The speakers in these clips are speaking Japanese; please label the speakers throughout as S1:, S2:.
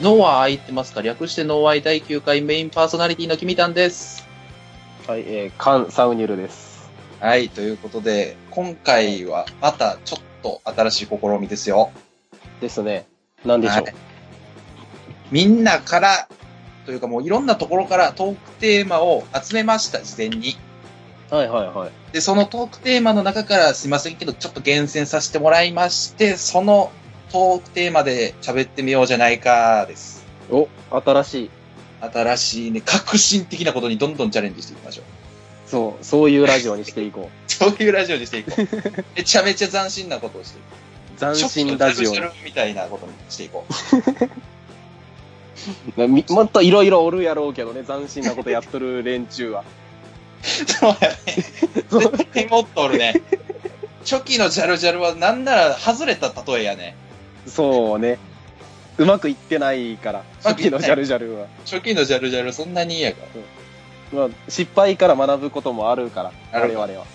S1: ノア空いてますか略してノアアイ第9回メインパーソナリティの君たんです。
S2: はい、えー、カン・サウニュルです。
S1: はい、ということで、今回はまたちょっと新しい試みですよ。
S2: ですね。なんでしょう。
S1: はいみんなから、というかもういろんなところからトークテーマを集めました、事前に。
S2: はい、はい、はい。
S1: で、そのトークテーマの中からすいませんけど、ちょっと厳選させてもらいまして、そのトークテーマで喋ってみようじゃないかです。
S2: お、新しい。
S1: 新しいね、革新的なことにどんどんチャレンジしていきましょう。
S2: そう、そういうラジオにしていこ
S1: そういうラジオにしていこう。 めちゃめちゃ斬新なことをしていこ
S2: う。
S1: う。
S2: 斬新ラジ
S1: ショ
S2: オ
S1: ックのスペシャルみたいなことにしていこう。
S2: なみ。もっといろいろおるやろうけどね、斬新なことやっとる連中は。
S1: そうやね。
S2: そう
S1: 絶対持っとるね。初期のジャルジャルはなんなら外れた例えやね。
S2: そうね。うまくいってないから、
S1: ま
S2: さっ
S1: くいって
S2: き
S1: ない
S2: のジャルジャルは。
S1: 初期のジャルジャルそんなにいいやから。
S2: まあ、失敗から学ぶこともあるから、
S1: なる
S2: 我
S1: ほど
S2: 々は。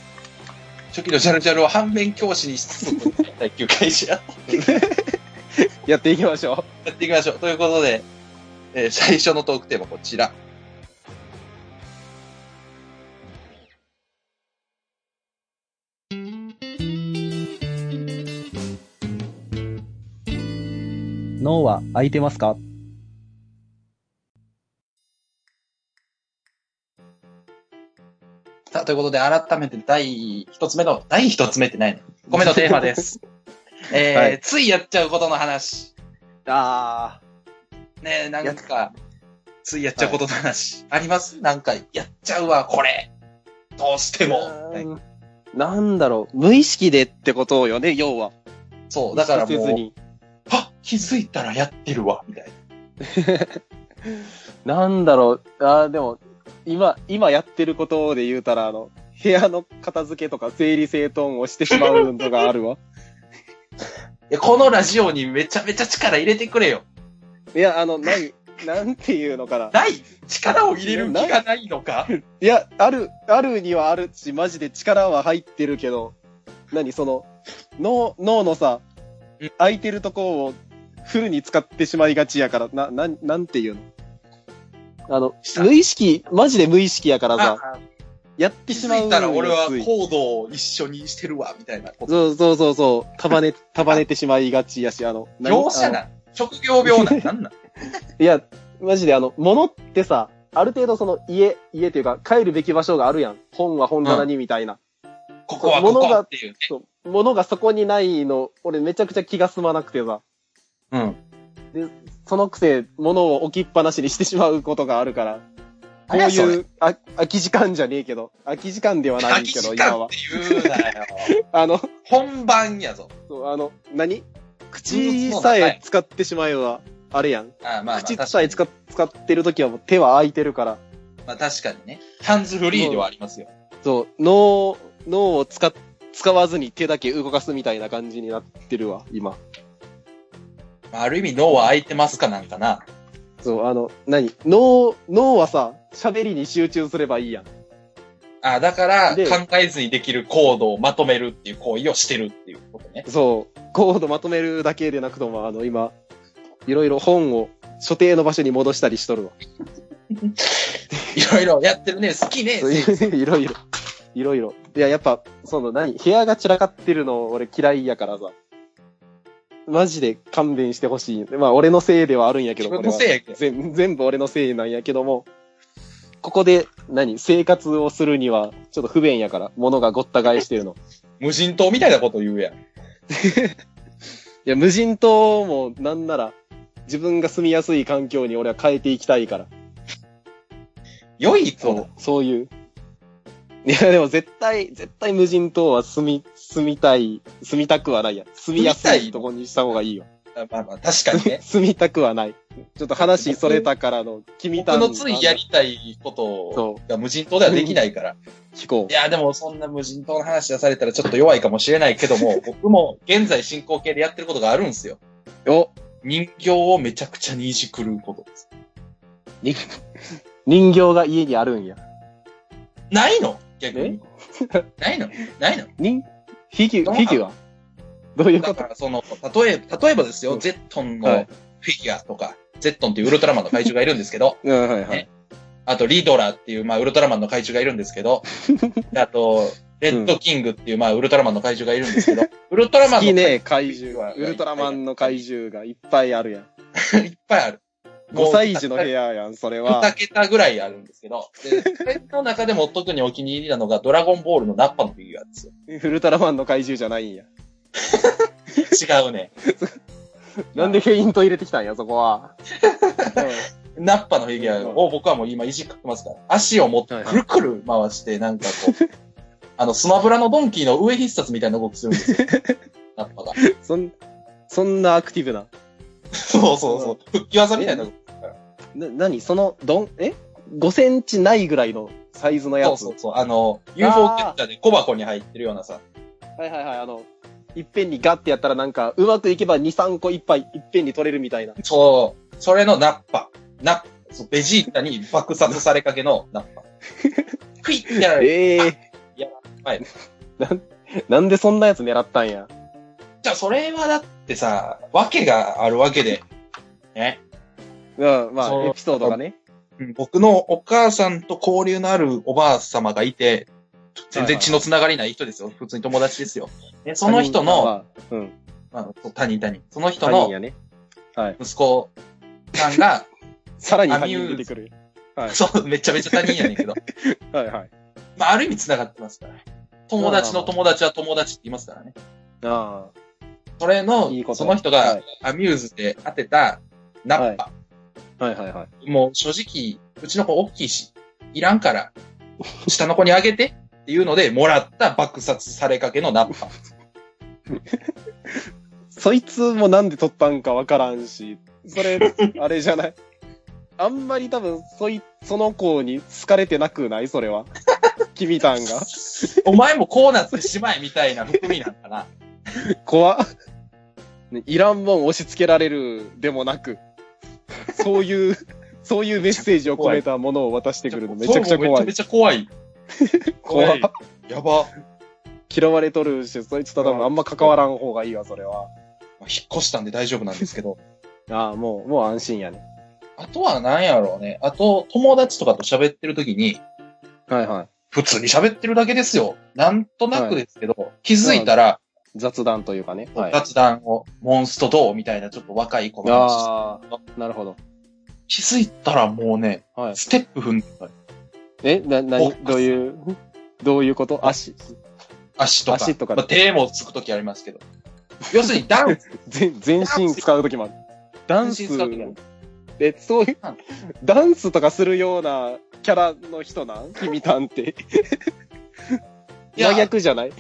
S1: 初期のジャルジャルを反面教師にしつつ、第9回じ ゃ
S2: やっていきましょ
S1: やっていきましょう。ということで、えー最初のトークテーマこちら。
S2: う。脳は空いてますか
S1: さあ、ということで、改めて第一つ目の、第一つ目ってないのごめんの テーマです。 えー
S2: はい
S1: ついやっちゃうことの話。
S2: あ
S1: ねえ、なんか、ついやっちゃうことの話。ありますなんか、やっちゃうわ、これ。どうして
S2: ー。
S1: も。
S2: うんなんだろう、無意識でってことよね、要は。
S1: そう、だから
S2: 意識せず
S1: もう、
S2: に
S1: あ気づいたらやってるわ、みたいな。
S2: なんだろう、あーでも、今、今やってることで言うたら、あの、部屋の片付けとか整理整頓をしてしまうのが あるわ。
S1: いや、このラジオにめちゃめちゃ力入れてくれよ。
S2: いや、あの、ない、なんていうのかな。
S1: ない力を入れる気がないのか
S2: いや、ある、あるにはあるし、マジで力は入ってるけど、何、その、脳、脳のさ
S1: うん、
S2: 空いてるとこをフルに使ってしまいがちやから、な、なん、なんていうのあの、無意識、マジで無意識やからさ、
S1: あ
S2: やっ
S1: 気
S2: てしまう
S1: づ
S2: ん
S1: い
S2: よ
S1: たら俺は
S2: つい
S1: 行動を一緒にしてるわ、みたいなこと。
S2: そうそうそうそう、束ね、束ねてしまいがちやし、あの、何
S1: 容赦な。職業病なんなんなん
S2: あのいや、マジであの、物ってさ、ある程度その家、家というか帰るべき場所があるやん。本は本棚にみたいな。
S1: ここはここっていうね。
S2: そう物がそこにないの、俺めちゃくちゃ気が済まなくてさ、
S1: うん。
S2: そのくせ物を置きっぱなしにしてしまうことがあるから、こう
S1: 何やそれ
S2: いうあ空き時間じゃねえけど、空き時間ではな
S1: 空
S2: い
S1: き
S2: けど、
S1: 時
S2: 今
S1: 間っ
S2: は。
S1: て言うなよ。
S2: あの、
S1: 本番やぞ。
S2: そうあの、何
S1: 物
S2: 口
S1: も
S2: さ
S1: 高い
S2: え使ってしまえば、あれやん。
S1: ああまあまあ、
S2: 口
S1: 確
S2: さ
S1: か
S2: え
S1: に。
S2: 使っ使ってるときはもう手は空いてるから、
S1: まあ確かにね。ハンズフリーではありますよ。
S2: そう、脳、脳を使っ、使わずに手だけ動かすみたいな感じになってるわ、今。
S1: まあある意味脳は空いてますかなんかな。
S2: そう、あの、何脳、脳はさ、喋りに集中すればいいやん。
S1: ああ、だから
S2: で
S1: 考えずにできる行動をまとめるっていう行為をしてるっていうことね。
S2: そう、コードまとめるだけでなくとも、あの、今、いろいろ本を所定の場所に戻したりしとるわ。
S1: いろいろやってるね。好きね。
S2: そう いういろいろ。いろいろ。いや、やっぱ、その何、部屋が散らかってるの俺嫌いやからさ。マジで勘弁してほしい。まあ、俺のせいではあるんやけ
S1: 自
S2: ど、
S1: 分
S2: こ
S1: のせ
S2: れ
S1: い
S2: は。
S1: やけど。
S2: 全全部俺のせいなんやけども、ここで何、生活をするには、ちょっと不便やから、物がごった返してるの。
S1: 無人島みたいなこと言うやん。
S2: いや、無人島もなんなら、自分が住みやすい環境に俺は変えていきたいから。
S1: 良い
S2: そ
S1: と
S2: う、そういう。いや、でも絶対、絶対無人島は住み、住みたい、住みたくはないや。住みやす
S1: 住みたい
S2: いとこにした方がいいよ。
S1: あまあまあ、確かに ね。
S2: 住みたくはない。ちょっと話それたからの、君た
S1: 僕
S2: ん
S1: のついやりたいこと
S2: そう
S1: が無人島ではできないから。
S2: 聞こ
S1: いや、でもそんな無人島の話出されたらちょっと弱いかもしれないけど も、僕も現在進行形でやってることがあるんですよ。
S2: う。お、
S1: 人形をめちゃくちゃにいじくることです。
S2: 人形が家にあるんや。
S1: ないの逆に。 ないのないの
S2: 人、フィギュ
S1: どう
S2: ア、
S1: な
S2: フィギュアどういう
S1: だ
S2: こ
S1: か
S2: と
S1: らその、例えば、例えばです
S2: う
S1: よ、
S2: ん
S1: ゼットン
S2: は
S1: の
S2: い
S1: フィギュアとか、ゼットンっていうウルトラマンの怪獣がいるんですけ ど、
S2: うん、はいはい。
S1: ねあとリドラっていう、まあ、ウルトラマンの怪獣がいるんですけ ど、であと、レッドキングっていう、まあ、ウルトラマンの怪獣がいるんですけど、ウルトラマ
S2: 好
S1: ンの
S2: き
S1: 怪
S2: ね、怪
S1: 獣
S2: 獣は。ウルトラマンの怪獣がいっぱいあるやん。
S1: 獣いっぱいあ る。
S2: 5歳児の部
S1: 屋
S2: 屋やん、それは
S1: 2。桁ぐらいあるんですけど、で、それの中でも特にお気に入りなのが、ドラゴンボールのナッパのフィギュアですよ。
S2: ウルトラマンの怪獣じゃないんや。
S1: 違うね。
S2: なんでフェイント入れてきたんや、そこは。
S1: ナッパのフィギュアを僕はもう今いじくってますから。足を持って
S2: はい
S1: くるくる回して、なんかこう、 あの、スマブラのドンキーの上必殺みたいな動きするんです よ。ナッパが。
S2: うん そん、そんなアクティブな。
S1: そうそうそう。復帰技みたいな動き。
S2: な、なにその、どん、え ?5 センチないぐらいのサイズのや
S1: そう
S2: つ。
S1: そうそう。あの、UFO キャッチャーで小箱に入ってるようなさ。
S2: はいはいはい、あの、いっぺんにガッてやったらなんか、うまくいけば2、3個いっぱいいっぺんに取れるみたいな。
S1: そう。それのナッパ。ナッパ。そうベジータに爆殺されかけのナッパ。 クイッてやられる。
S2: ええ
S1: やばい。
S2: なん、なんでそんなやつ狙ったんや。
S1: じゃあ、それはだってさ、わけがあるわけで。ね。
S2: うん、ま
S1: そう
S2: あ、エピソードがね。
S1: うん僕のお母さんと交流のあるおばあ様がいて、全然血のつながりない人ですよ。普通に友達ですよ。でその人の、
S2: 他人は、うん、
S1: あの他人他人。その人
S2: 他人
S1: の
S2: やね。はい。
S1: 息子さんが、
S2: さらに他人出てくる。はい
S1: そう、めちゃめちゃ他人やねんけ ど。
S2: はいはい。
S1: まあ、ある意味繋がってますからね。友達の友達は友達って言いますからね。
S2: あ
S1: それの、
S2: いいこと
S1: その人
S2: は
S1: が
S2: い
S1: アミューズで当てたナッパ。
S2: あ。はいはいはい。
S1: もう正直、うちの子大きいし、いらんから、下の子にあげてっていうので、もらった爆殺されかけのナッパ。
S2: そいつもなんで取ったんかわからん し、それ、あれじゃない。あんまり多分、そい、その子に好かれてなくないそれ は。君たんが。
S1: お前もこうなってしまえみたいな含みなんか な。
S2: 怖っ、ねいらんもん押し付けられるでもなく、そういう、そういうメッセージを込めたものを渡してくるのめちゃくちゃ怖
S1: め
S2: い。
S1: ちゃ怖い。
S2: 怖っ
S1: 怖やば。
S2: 嫌われとるし、そいつと多分あんま関わらん方がいいわ、それは。
S1: まあ引っ越したんで大丈夫なんですけど。
S2: ああ、もう、もう安心やね。
S1: あとは何やろうね。あと、友達とかと喋ってる時に、
S2: はいはい。
S1: 普通に喋ってるだけですよ。なんとなくですけど、気づいたら、
S2: 雑談というかね。はい。あ
S1: 雑談を、モンストどうみたいなちょっと若い子が話して
S2: あー、なるほど。
S1: 気づいたらもうね、
S2: はい。
S1: ステップ踏んでた
S2: え、な、な
S1: ボッ
S2: に
S1: ク、ス
S2: どういう、どういうこと足、
S1: 足とか。
S2: 足とか
S1: まあ、手もつくときありますけど。要するにダンス。
S2: 全全身使うときもある。ダンス
S1: 全身使う時もある、
S2: え、そういう
S1: うん、
S2: ダンスとかするようなキャラの人 なん君たんって。
S1: いや
S2: 真逆じゃない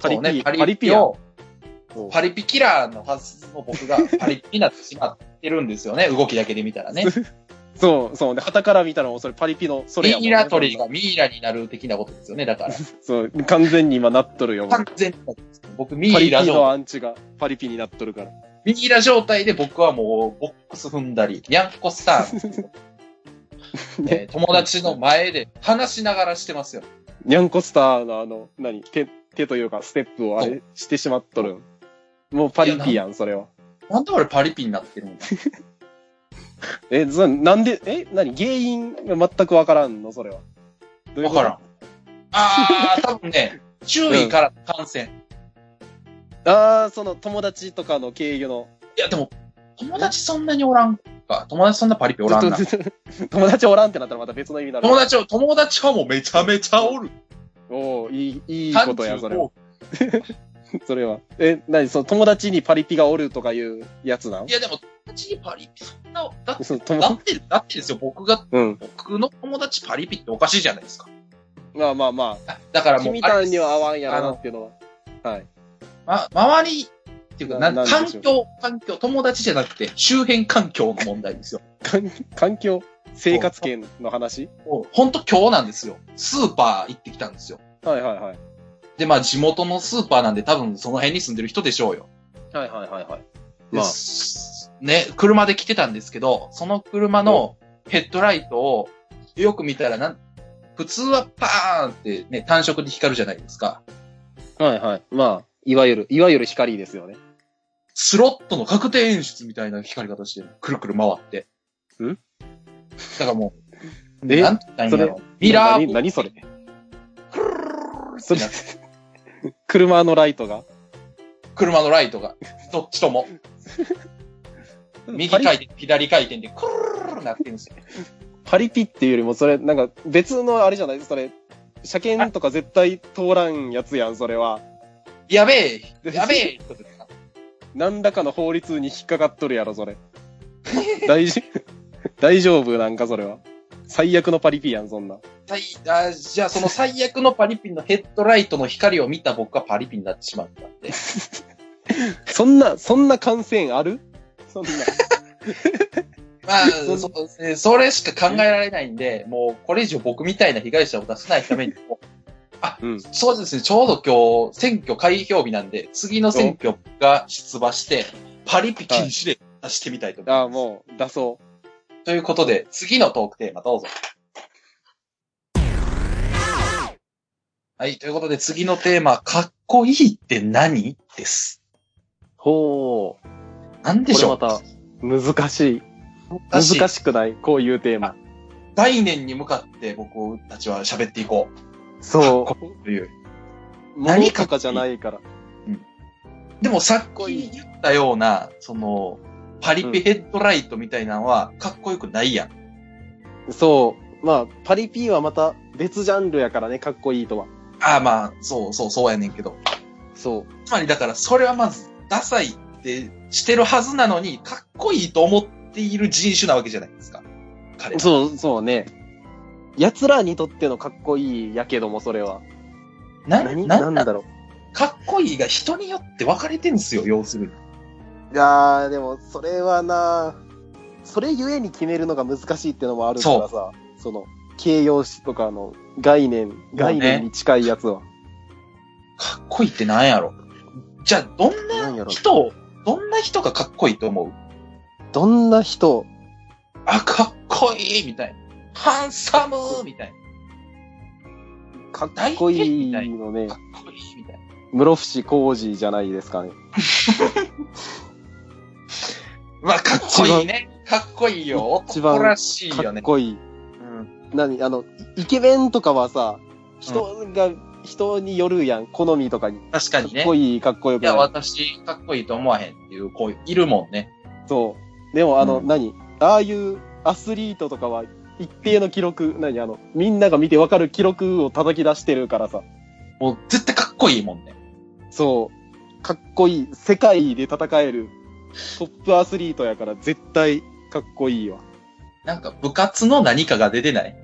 S2: パリ
S1: そうね
S2: ピ、パリピやん。
S1: をパリピキラーのはずの僕がパリピになってしまってるんですよ ね。動きだけで見たらね。
S2: そう、そう。で、旗から見たらもうそれパリピの、それやもん
S1: ミ
S2: ね
S1: イラ取りがミイラになる的なことですよね。だ から。
S2: そう、完全に今なっとるよ。もう
S1: 完全に僕ミ
S2: パリ
S1: イ
S2: ピ
S1: ラ状
S2: の
S1: 態。
S2: アンチがパリピになっとるから。
S1: ミイラ状態で僕はもうボックス踏んだり、ニャンコスターン、
S2: ね
S1: えー友達の前で話しながらしてますよ。
S2: ニャンコスターのあの、何手、手というかステップをあれしてしまっとるん。もうパリピやん、それは。
S1: なんで俺パリピになってるんだ
S2: え、ずなんで、え、何原因が全くわからんのそれは。どういう
S1: わ
S2: こ
S1: か
S2: と
S1: らん。あー、多分ね、注意からの感染。
S2: ああ、その友達とかの経由の。
S1: いや、でも、友達そんなにおらんか。友達そんなパリピおらんな。
S2: ずっとずっと 友達おらんってなったらまた別の意味になる。
S1: 友達を、友達はもうめちゃめちゃおる。
S2: おおいい、い
S1: い
S2: いことや、それは。それは。え、なに、その友達にパリピがおるとかいうやつなの
S1: いや、でも、友達にパリピ、そんな、だって、
S2: その
S1: だ
S2: 友、
S1: って、だってですよ、僕が、
S2: うん。
S1: 僕の友達パリピっておかしいじゃないですか。
S2: まあまあま
S1: だから
S2: あ。
S1: もう、
S2: 君たんには合わんや
S1: あ
S2: ろな
S1: の
S2: っ、ていうのは。はい。
S1: ま、周り、っていうか、な
S2: ななん
S1: 環
S2: でしょう
S1: 境、環境、友達じゃなくて、周辺環境の問題ですよ。
S2: 環環境、生活圏の話
S1: もうほんと今日なんですよ。スーパー行ってきたんですよ。
S2: はいはいはい。
S1: で、まあ、地元のスーパーなんで多分その辺に住んでる人でしょうよ。
S2: はいはいはいはい。
S1: で
S2: まあ、
S1: すね、車で来てたんですけど、その車のヘッドライトをよく見たらなん、普通はパーンってね、単色で光るじゃないですか。
S2: はいはい。まあ、いわゆる、いわゆる光ですよね。
S1: スロットの確定演出みたいな光り方してる、くるくる回って。
S2: ん
S1: だからもう、
S2: え
S1: なんて言ったんやろ。ミラ
S2: 何
S1: ー、
S2: 何それ それ、車のライトが。
S1: 車のライトが、どっちとも、右
S2: パリ
S1: 回転、左回転で、クルルルルなってるんですよ。
S2: パリピっていうよりも、それ、なんか別のあれじゃないそれ、車検とか絶対通らんやつやん、それは。
S1: やべえやべえ
S2: 何らかの法律に引っかかっとるやろ、それ。大事、大丈夫なんか、それは。最悪のパリピやん、そんな。
S1: 最あじゃあ、その最悪のパリピンのヘッドライトの光を見た僕はパリピンになってしまったんで。
S2: そんな、そんな感染あるそんな。
S1: まあ、そそうですねそれしか考えられないんで、もうこれ以上僕みたいな被害者を出さないためにも、
S2: うん。
S1: そうですね、ちょうど今日、選挙開票日なんで、次の選挙が出馬して、パリピ禁止で出してみたいと思います。
S2: ああ、もう、出そ
S1: ということで、次のトークテーマどうぞ。はい、ということで次のテーマ、かっこいいって何です。
S2: う。ほう。
S1: なんで
S2: こ
S1: し
S2: れ
S1: ょ
S2: ま
S1: う
S2: た、難しい。
S1: 難
S2: 難
S1: しい
S2: しくないこういうテーマ。
S1: 概念に向かって僕たちは喋っていこ
S2: そ。
S1: いうという。何
S2: 何
S1: か
S2: か
S1: か
S2: か
S1: っこ
S2: じ
S1: いい
S2: ゃないから。
S1: でもさっ
S2: こい
S1: き
S2: い
S1: 言ったような、その、パリピヘッドライトみたいなのはかっこよくないやん。
S2: そう。まあ、パリピはまた別ジャンルやからね、かっこいいとは。
S1: ああまあ、そうそうそうやねんけど。
S2: そう。
S1: つまりだからそれはまず、ダサいってしてるはずなのに、かっこいいと思っている人種なわけじゃないですか。彼は
S2: そう、そうね。奴らにとってのかっこいいやけども、それは。
S1: な、
S2: 何
S1: な
S2: なんん
S1: だ
S2: だろ
S1: かっこいいが人によって分かれてんすよ、要するに。
S2: う。いやー、でも、それはな、それゆえに決めるのが難しいってのもあるからさ、その、形容詞とかの概念、概念に近いやつは。
S1: かっこいいってなんやろ。じゃあ、どん
S2: なんや
S1: な
S2: ろ
S1: 人を、どんな人がかっこいいと思う
S2: どんな人、
S1: あ、かっこいいみたいな。ハンサムみたい
S2: かっこいいのね
S1: な。、かっこいいみたいな。
S2: 室伏広治じゃないですかね。
S1: まあ、かっこいいね。かっこいいよ。
S2: 一番
S1: 男らしい
S2: か
S1: よ
S2: っ
S1: ね。
S2: こいい。
S1: うん
S2: 何あの、イイケメンとかはさ、人が、人によるやん、好みとかに。
S1: 確か
S2: かっ
S1: にね。
S2: こいい、かっこよ
S1: い
S2: く
S1: や、
S2: ない。
S1: 私、かっこいいと思わへんっていう子いるもんね。
S2: そう。でも、あの、
S1: うん
S2: 何ああいうアスリートとかは、一定の記録、何あの、みんなが見てわかる記録を叩き出してるからさ。
S1: もう、絶対かっこいいもんね。
S2: そう。かっこいい。世界で戦える、トップアスリートやから、絶対、かっこいいわ。
S1: なんか、部活の何かが出てない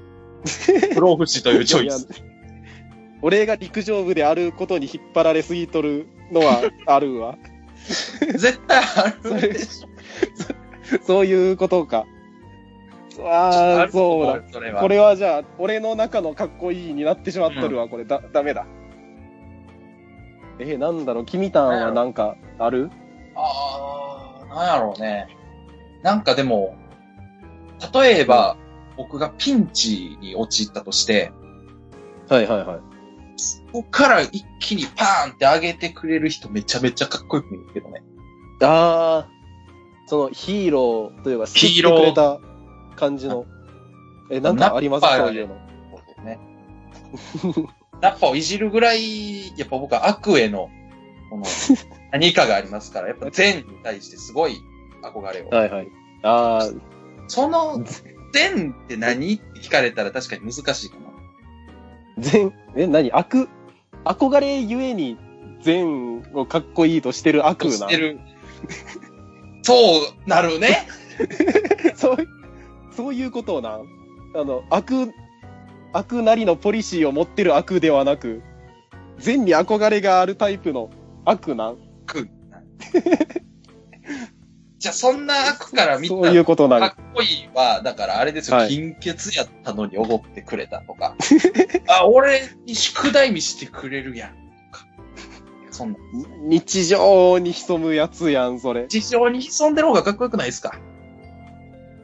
S1: 不老不死というチョイス。
S2: いや。俺が陸上部であることに引っ張られすぎとるの はあるわ。
S1: 絶対あるでしょ。
S2: そういうことか。
S1: あ
S2: ああ、
S1: ると
S2: そう
S1: 思
S2: だ。
S1: う。それは。
S2: これはじゃあ、俺の中のかっこいいになってしまっとるわ。これだ、ダメだ。えー、なんだろう、君たんはなんかある
S1: あー、なんやろうね。なんかでも、例えば、僕がピンチに陥ったとして、
S2: はいはいはい。
S1: そこから一気にパーンって上げてくれる人めちゃめちゃかっこよく見えるけどね。
S2: ああ、そのヒーローというか、救ってくれた感じの。え、なんかあります
S1: ナッパー
S2: そ
S1: が
S2: う
S1: ね
S2: いうの。
S1: ね。 ナッパをいじるぐらい、やっぱ僕は悪への、 この、何かがありますから、やっぱ善に対してすごい憧れを。
S2: はいはい。あ
S1: その、善って何って聞かれたら確かに難しいかな。
S2: あ、善、え、何悪憧れゆえに善をかっこいいとしてる悪な。
S1: してる。そうなるね。
S2: そうい、そういうことをな、あの、悪、悪なりのポリシーを持ってる悪ではなく、善に憧れがあるタイプの悪なん。
S1: くん。じゃあ、そんな悪から見た
S2: そういうことな
S1: か
S2: ん
S1: っ。こいいは、だからあれですよ、
S2: はい
S1: 貧血やったのにおごってくれたとか。 あ、俺に宿題見してくれるやん。とか。そんな。
S2: 日常に潜むやつやん、それ。
S1: 地上に潜んでる方がかっこよくないですか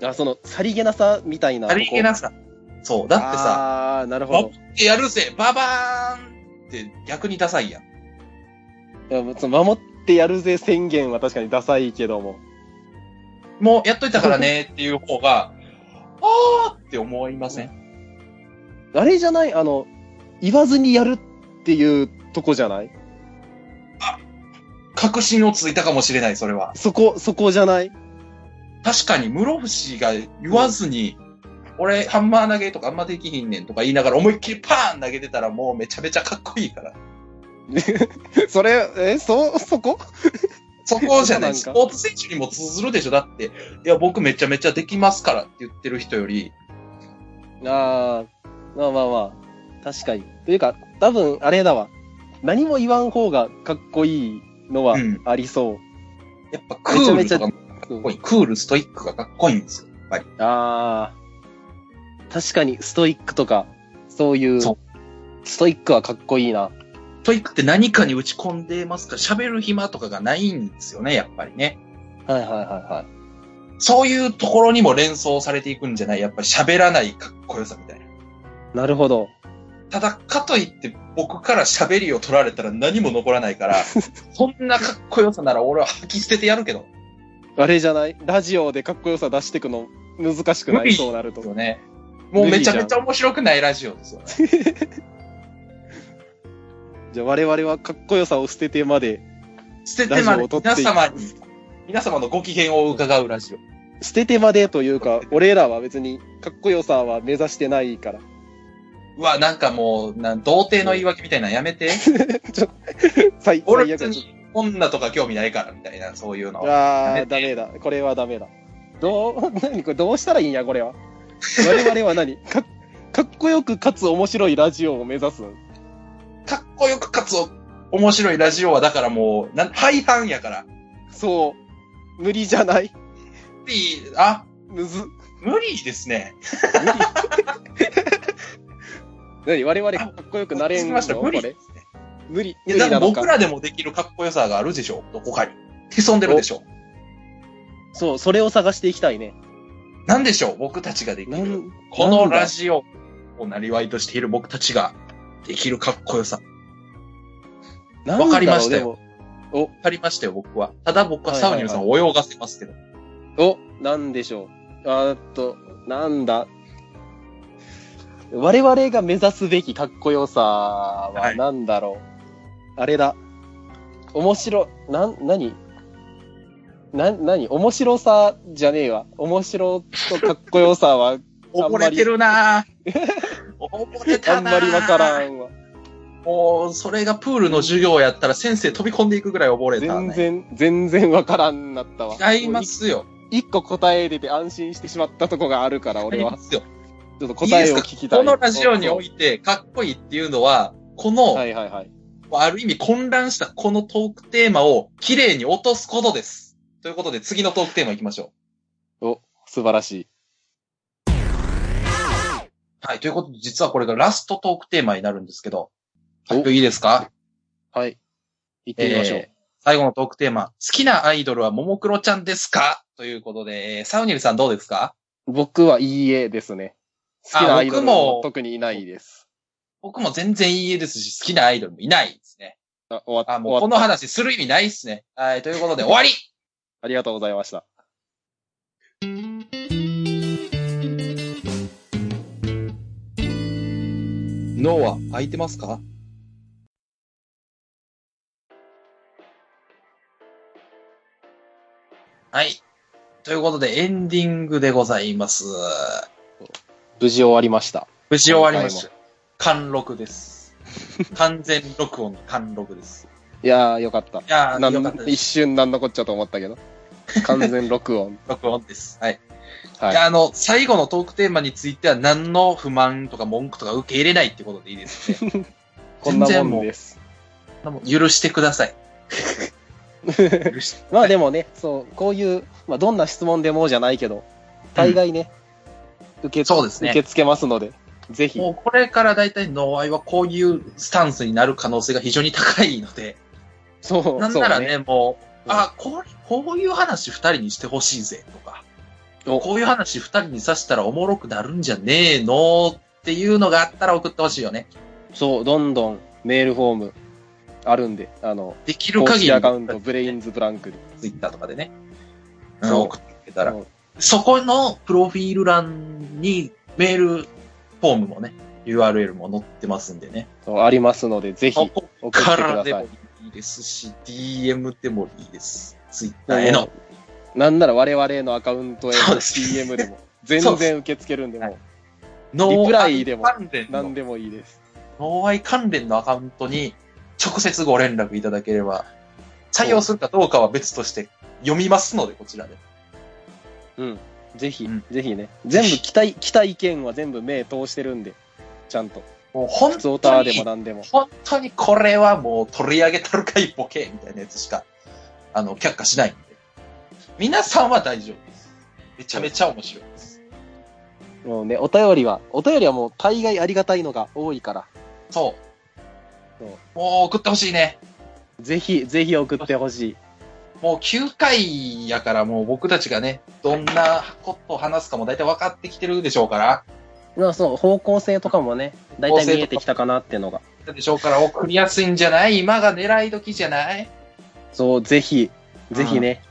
S2: あ、その、さりげなさみたいな。
S1: ありげなさ。そう。だってさ、
S2: さ。あーなるほど。
S1: やるぜババーンって逆にダサいやん。
S2: いやその守ってやるぜ宣言は確かにダサいけども。
S1: もうやっといたから ねっていう方が、あーって思いません
S2: あれじゃないあの、言わずにやるっていうとこじゃない
S1: 確信をついたかもしれない、それは。
S2: そこ、そこじゃない
S1: 確かに、室伏が言わずに、俺、ハンマー投げとかあんまできひんねんとか言いながら思いっきりパーン投げてたらもうめちゃめちゃかっこいいから。
S2: それ、え、そ、そこ
S1: そこじゃない、ス
S2: そうなん
S1: ポーツ選手にも通ずるでしょ。だって、いや、僕めちゃめちゃできますからって言ってる人より、
S2: ああ、まあまあまあ。確かに。というか、多分、あれだわ。何も言わん方がかっこいいのは
S1: うん
S2: ありそう。
S1: やっぱクール
S2: めちゃ
S1: と
S2: め
S1: か
S2: ち
S1: もかっこいい。クール、ストイックがかっこいいんですよ。やっぱり。
S2: ああ。確かに、ストイックとか、そういう、
S1: そ
S2: ストイックはかっこいいな。
S1: ストイックって何かに打ち込んでますから、喋る暇とかがないんですよね、やっぱりね。
S2: はいはいはいはい。
S1: そういうところにも連想されていくんじゃないやっぱり喋らないかっこよさみたいな。
S2: なるほど。
S1: ただ、かといって僕から喋りを取られたら何も残らない から、そんなかっこよさなら俺は吐き捨ててやるけど。
S2: あれじゃないラジオでかっこよさ出してくの難しくな
S1: 無
S2: い
S1: 理
S2: そうなると
S1: です。よね。もうめちゃめちゃ面白くないラジオですよね。
S2: じゃあ我々はかっこよさを捨ててまで、
S1: 捨ててま
S2: ラジオ
S1: で
S2: を撮ってい
S1: 皆
S2: く
S1: 様に、皆様のご機嫌を伺うラジオ。
S2: 捨ててまでというか、俺らは別にかっこよさは目指してないから。
S1: うわ、なんかもう、なん童貞の言い訳みたいなのや めて。
S2: 最
S1: 俺
S2: 最悪
S1: 別
S2: ちょっと
S1: に女とか興味ないからみたいな、そういうの。
S2: あ
S1: や
S2: あ、
S1: めて
S2: ダメだ。これはダメだ。どう、 何これどうしたらいいんや、これは。我々は何 かかっこよくかつ面白いラジオを目指すん
S1: かっこよくかつ面白いラジオはだからもう、なん廃反やから。
S2: そう。無理じゃない
S1: いいあ、
S2: むず。
S1: 無理ですね。
S2: 何我々かっこよくなれ
S1: 気づ
S2: ん
S1: き
S2: の
S1: ました
S2: こ
S1: 無理
S2: れ。無理。
S1: い
S2: 無
S1: や、だか
S2: 理
S1: ら
S2: なの
S1: 僕
S2: か。
S1: らでもできるかっこよさがあるでしょどこかに。潜んでるでしょ
S2: そう、それを探していきたいね。
S1: なんでしょう僕たちができ
S2: な
S1: る。
S2: ん
S1: このラジオをなりわいとしている僕たちができるかっこよさ。
S2: なんだろう
S1: わかりましたよ。
S2: でも
S1: わかりましたよ、僕は。ただ僕はサウニューさんを泳がせますけど。
S2: お、お、なんでしょう。あーっと、なんだ。我々が目指すべきかっこよさは
S1: はい
S2: なんだろう。あれだ。面白、なん、なにな、なに面白さじゃねえわ。面白とかっこよさはあん
S1: 溺
S2: まり
S1: れてるなぁ。溺れ
S2: あ
S1: た
S2: ん
S1: な
S2: まりわから
S1: ん。
S2: んわ。
S1: もう、それがプールの授業やったら先生飛び込んでいくぐらい溺れた、
S2: 全
S1: ね。
S2: 然、全然わからんなったわ。
S1: 違いますよ。
S2: もう一。一個答え出て安心してしまったとこがあるから、
S1: 違
S2: 俺
S1: い
S2: は
S1: ま。すよ。
S2: ちょっと答えを聞きたい。
S1: このラジオにおいてかっこいいっていうのは、この、
S2: はいはいはい。
S1: ある意味混乱したこのトークテーマを綺麗に落とすことです。ということで次のトークテーマ行きましょ
S2: お、素晴らしい。
S1: う。はい。ということで実はこれがラストトークテーマになるんですけど、
S2: お
S1: 発表いいですか
S2: はい。行ってみましょう。
S1: えー最後のトークテーマ、好きなアイドルはももクロちゃんですかということで、えーサウニルさんどうですか
S2: 僕はいいえですね。好きなアイドル
S1: あ僕
S2: も
S1: も
S2: 特にいないです。
S1: 僕も全然いいえですし、好きなアイドルもいないですね。
S2: あ、終わった。
S1: あ、もうこ
S2: 終
S1: の
S2: わった
S1: 話する意味ないっすね。はい、ということで終わり
S2: ありがとうございました。
S1: 脳は空いてますかはい。ということでエンディングでございます。
S2: 無事終わりました。
S1: 無事終わりました。貫録 です。完全録音の貫録です。
S2: いやー、よかった。
S1: いや
S2: な
S1: ー、
S2: ん
S1: よかったで
S2: 一
S1: す。
S2: 瞬なんのこっちゃと思ったけど。完全録 音。
S1: 録音です。はい。
S2: はい
S1: いや、あの、最後のトークテーマについては何の不満とか文句とか受け入れないってことでいいです ね。
S2: こんな
S1: 全然
S2: も
S1: も
S2: ん
S1: う
S2: です。
S1: 許してくださ い。許して
S2: まあでもね、そう、こういう、まあどんな質問でもじゃないけど、大概ね、受け、
S1: そうですね
S2: 受け付けますので、ぜひ。
S1: もうこれから大体ノーアイはこういうスタンスになる可能性が非常に高いので、
S2: そう、そう、
S1: なんならね、。もう、
S2: うん
S1: あ、これ、こういう話二人にしてほしいぜとか、
S2: お
S1: こういう話二人にさせたらおもろくなるんじゃねえのっていうのがあったら送ってほしいよね。
S2: そう、どんどんメールフォームあるんで、あの、
S1: できる
S2: 公
S1: 限
S2: 式
S1: り、
S2: アカウント、ブレインズブランクで。
S1: ツイッターとかでね、
S2: そう
S1: 送ってってたら、
S2: うん
S1: そこのプロフィール欄にメールフォームもね、URL も載ってますんでね。
S2: そうありますので、ぜひ
S1: こ
S2: 送
S1: こ
S2: ってく
S1: か
S2: だ
S1: らで
S2: さ
S1: も
S2: い。
S1: いいですし、DM でもいいです。Twitter への。
S2: なんなら我々のアカウン トへの
S1: そうです
S2: DM でも、全
S1: そうで
S2: 然受け付けるんでも、
S1: ノ
S2: リプ
S1: ーア
S2: ラ
S1: イ
S2: イでも
S1: 関連の、
S2: 何でもいいです。
S1: ノーアイ関連のアカウントに直接ご連絡いただければ、採用するかどうかは別として読みますので、こちらで。
S2: うん。ぜひ、
S1: うん
S2: ぜひね。全部来たい、来た意見は全部目通してるんで、ちゃんと。
S1: もう本
S2: 普通オタ
S1: 当
S2: ーでも
S1: に、
S2: 何でも。
S1: 本当にこれはもう取り上げたるかいボケみたいなやつしか、あの、却下しないんで。皆さんは大丈夫です。めちゃめちゃ面白いです。
S2: もうね、お便りは、お便りはもう大概ありがたいのが多いから、
S1: そう。
S2: そう
S1: もう送ってほしいね。
S2: ぜひ、ぜひ送ってほしい。
S1: もう9回やからもう僕たちがね、どんなことを話すかも大体分かってきてるでしょうから、
S2: まあそう、方向性とかもね、大体見えてきたかなってのが。
S1: でしょうから送りやすいんじゃない今が狙い時じゃない
S2: そう、ぜひ、ぜひね、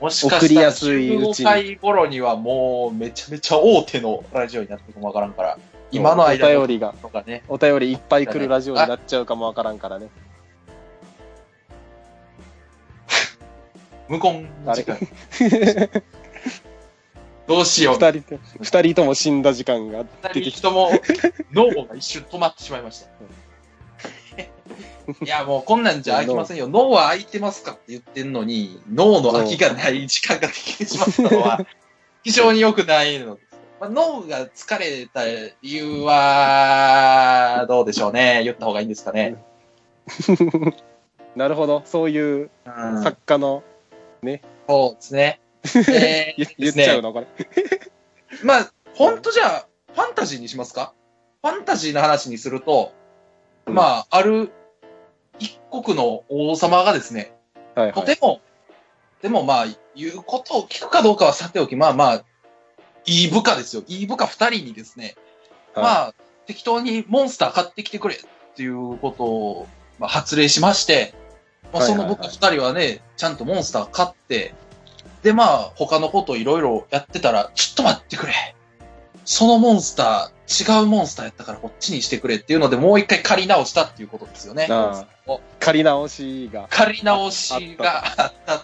S1: もしかした
S2: 送り
S1: ら
S2: やすいう
S1: 15
S2: ちに
S1: 回頃にはもうめちゃめちゃ大手のラジオになってるかもわからんから、今の間
S2: お
S1: の
S2: 便りが、
S1: とかね、
S2: お便りいっぱい来るラジオになっちゃうかもわからんからね。
S1: 無言の時間
S2: あ。二
S1: どうしよう。
S2: 人と、二人とも死んだ時間が出
S1: 二
S2: て
S1: 人
S2: き
S1: とも脳が一瞬止まってしまいました。いや、もうこんなんじゃ飽きませんよ。脳は空いてますかって言ってんのに、脳の空きがない時間ができてしまったのは、非常に良くないのです。まあ、脳が疲れた理由は、どうでしょうね。言った方がいいんですかね。
S2: た。なるほど、そういう
S1: うん、
S2: 作家の、
S1: そうです ね。え
S2: 言
S1: ー、
S2: 言
S1: です
S2: っちゃう
S1: ね。
S2: の、これ。
S1: まあ、ほんとじゃあ、ファンタジーにしますかファンタジーの話にすると、まあ、ある一国の王様がですね、
S2: あ、はい
S1: と
S2: はい。
S1: ても、でもまあ、言うことを聞くかどうかはさておき、まあまあ、いい部下ですよ。いい部下二人にですね、
S2: あ、
S1: まあ、適当にモンスター買ってきてくれっていうことを、まあ、発令しまして、まあ、
S2: はい
S1: そ
S2: はいは
S1: の
S2: い
S1: 部下二人はね、ちゃんとモンスター買って、でまあ、他のことをいろいろやってたら、ちょっと待ってくれ。そのモンスター、違うモンスターやったからこっちにしてくれっていうので、もう一回借り直したっていうことですよね。
S2: ああ借り直しが。
S1: 借り直しがあった っ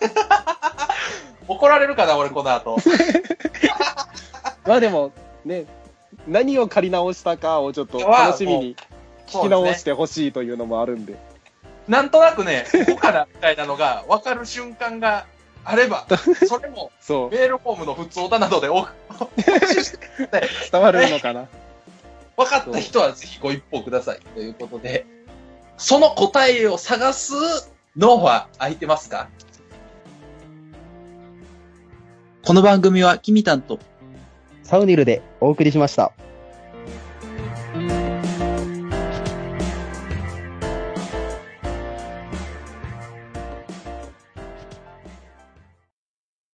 S1: て。怒られるかな、俺、この 後。
S2: まあでも、ね、何を借り直したかをちょっと
S1: は
S2: 楽しみに聞き
S1: そう
S2: 直
S1: です
S2: し
S1: ね
S2: てほしいというのもあるんで。
S1: なんとなくね、ここかなみたいなのが分かる瞬間があれば、それも
S2: そう、
S1: メールフォームの普通だなどでお
S2: 伝わるのかな。
S1: 分かった人はぜひご一報ください。ということで、その答えを探すのは空いてますかこの番組は、キミタンと
S3: サウニルでお送りしました。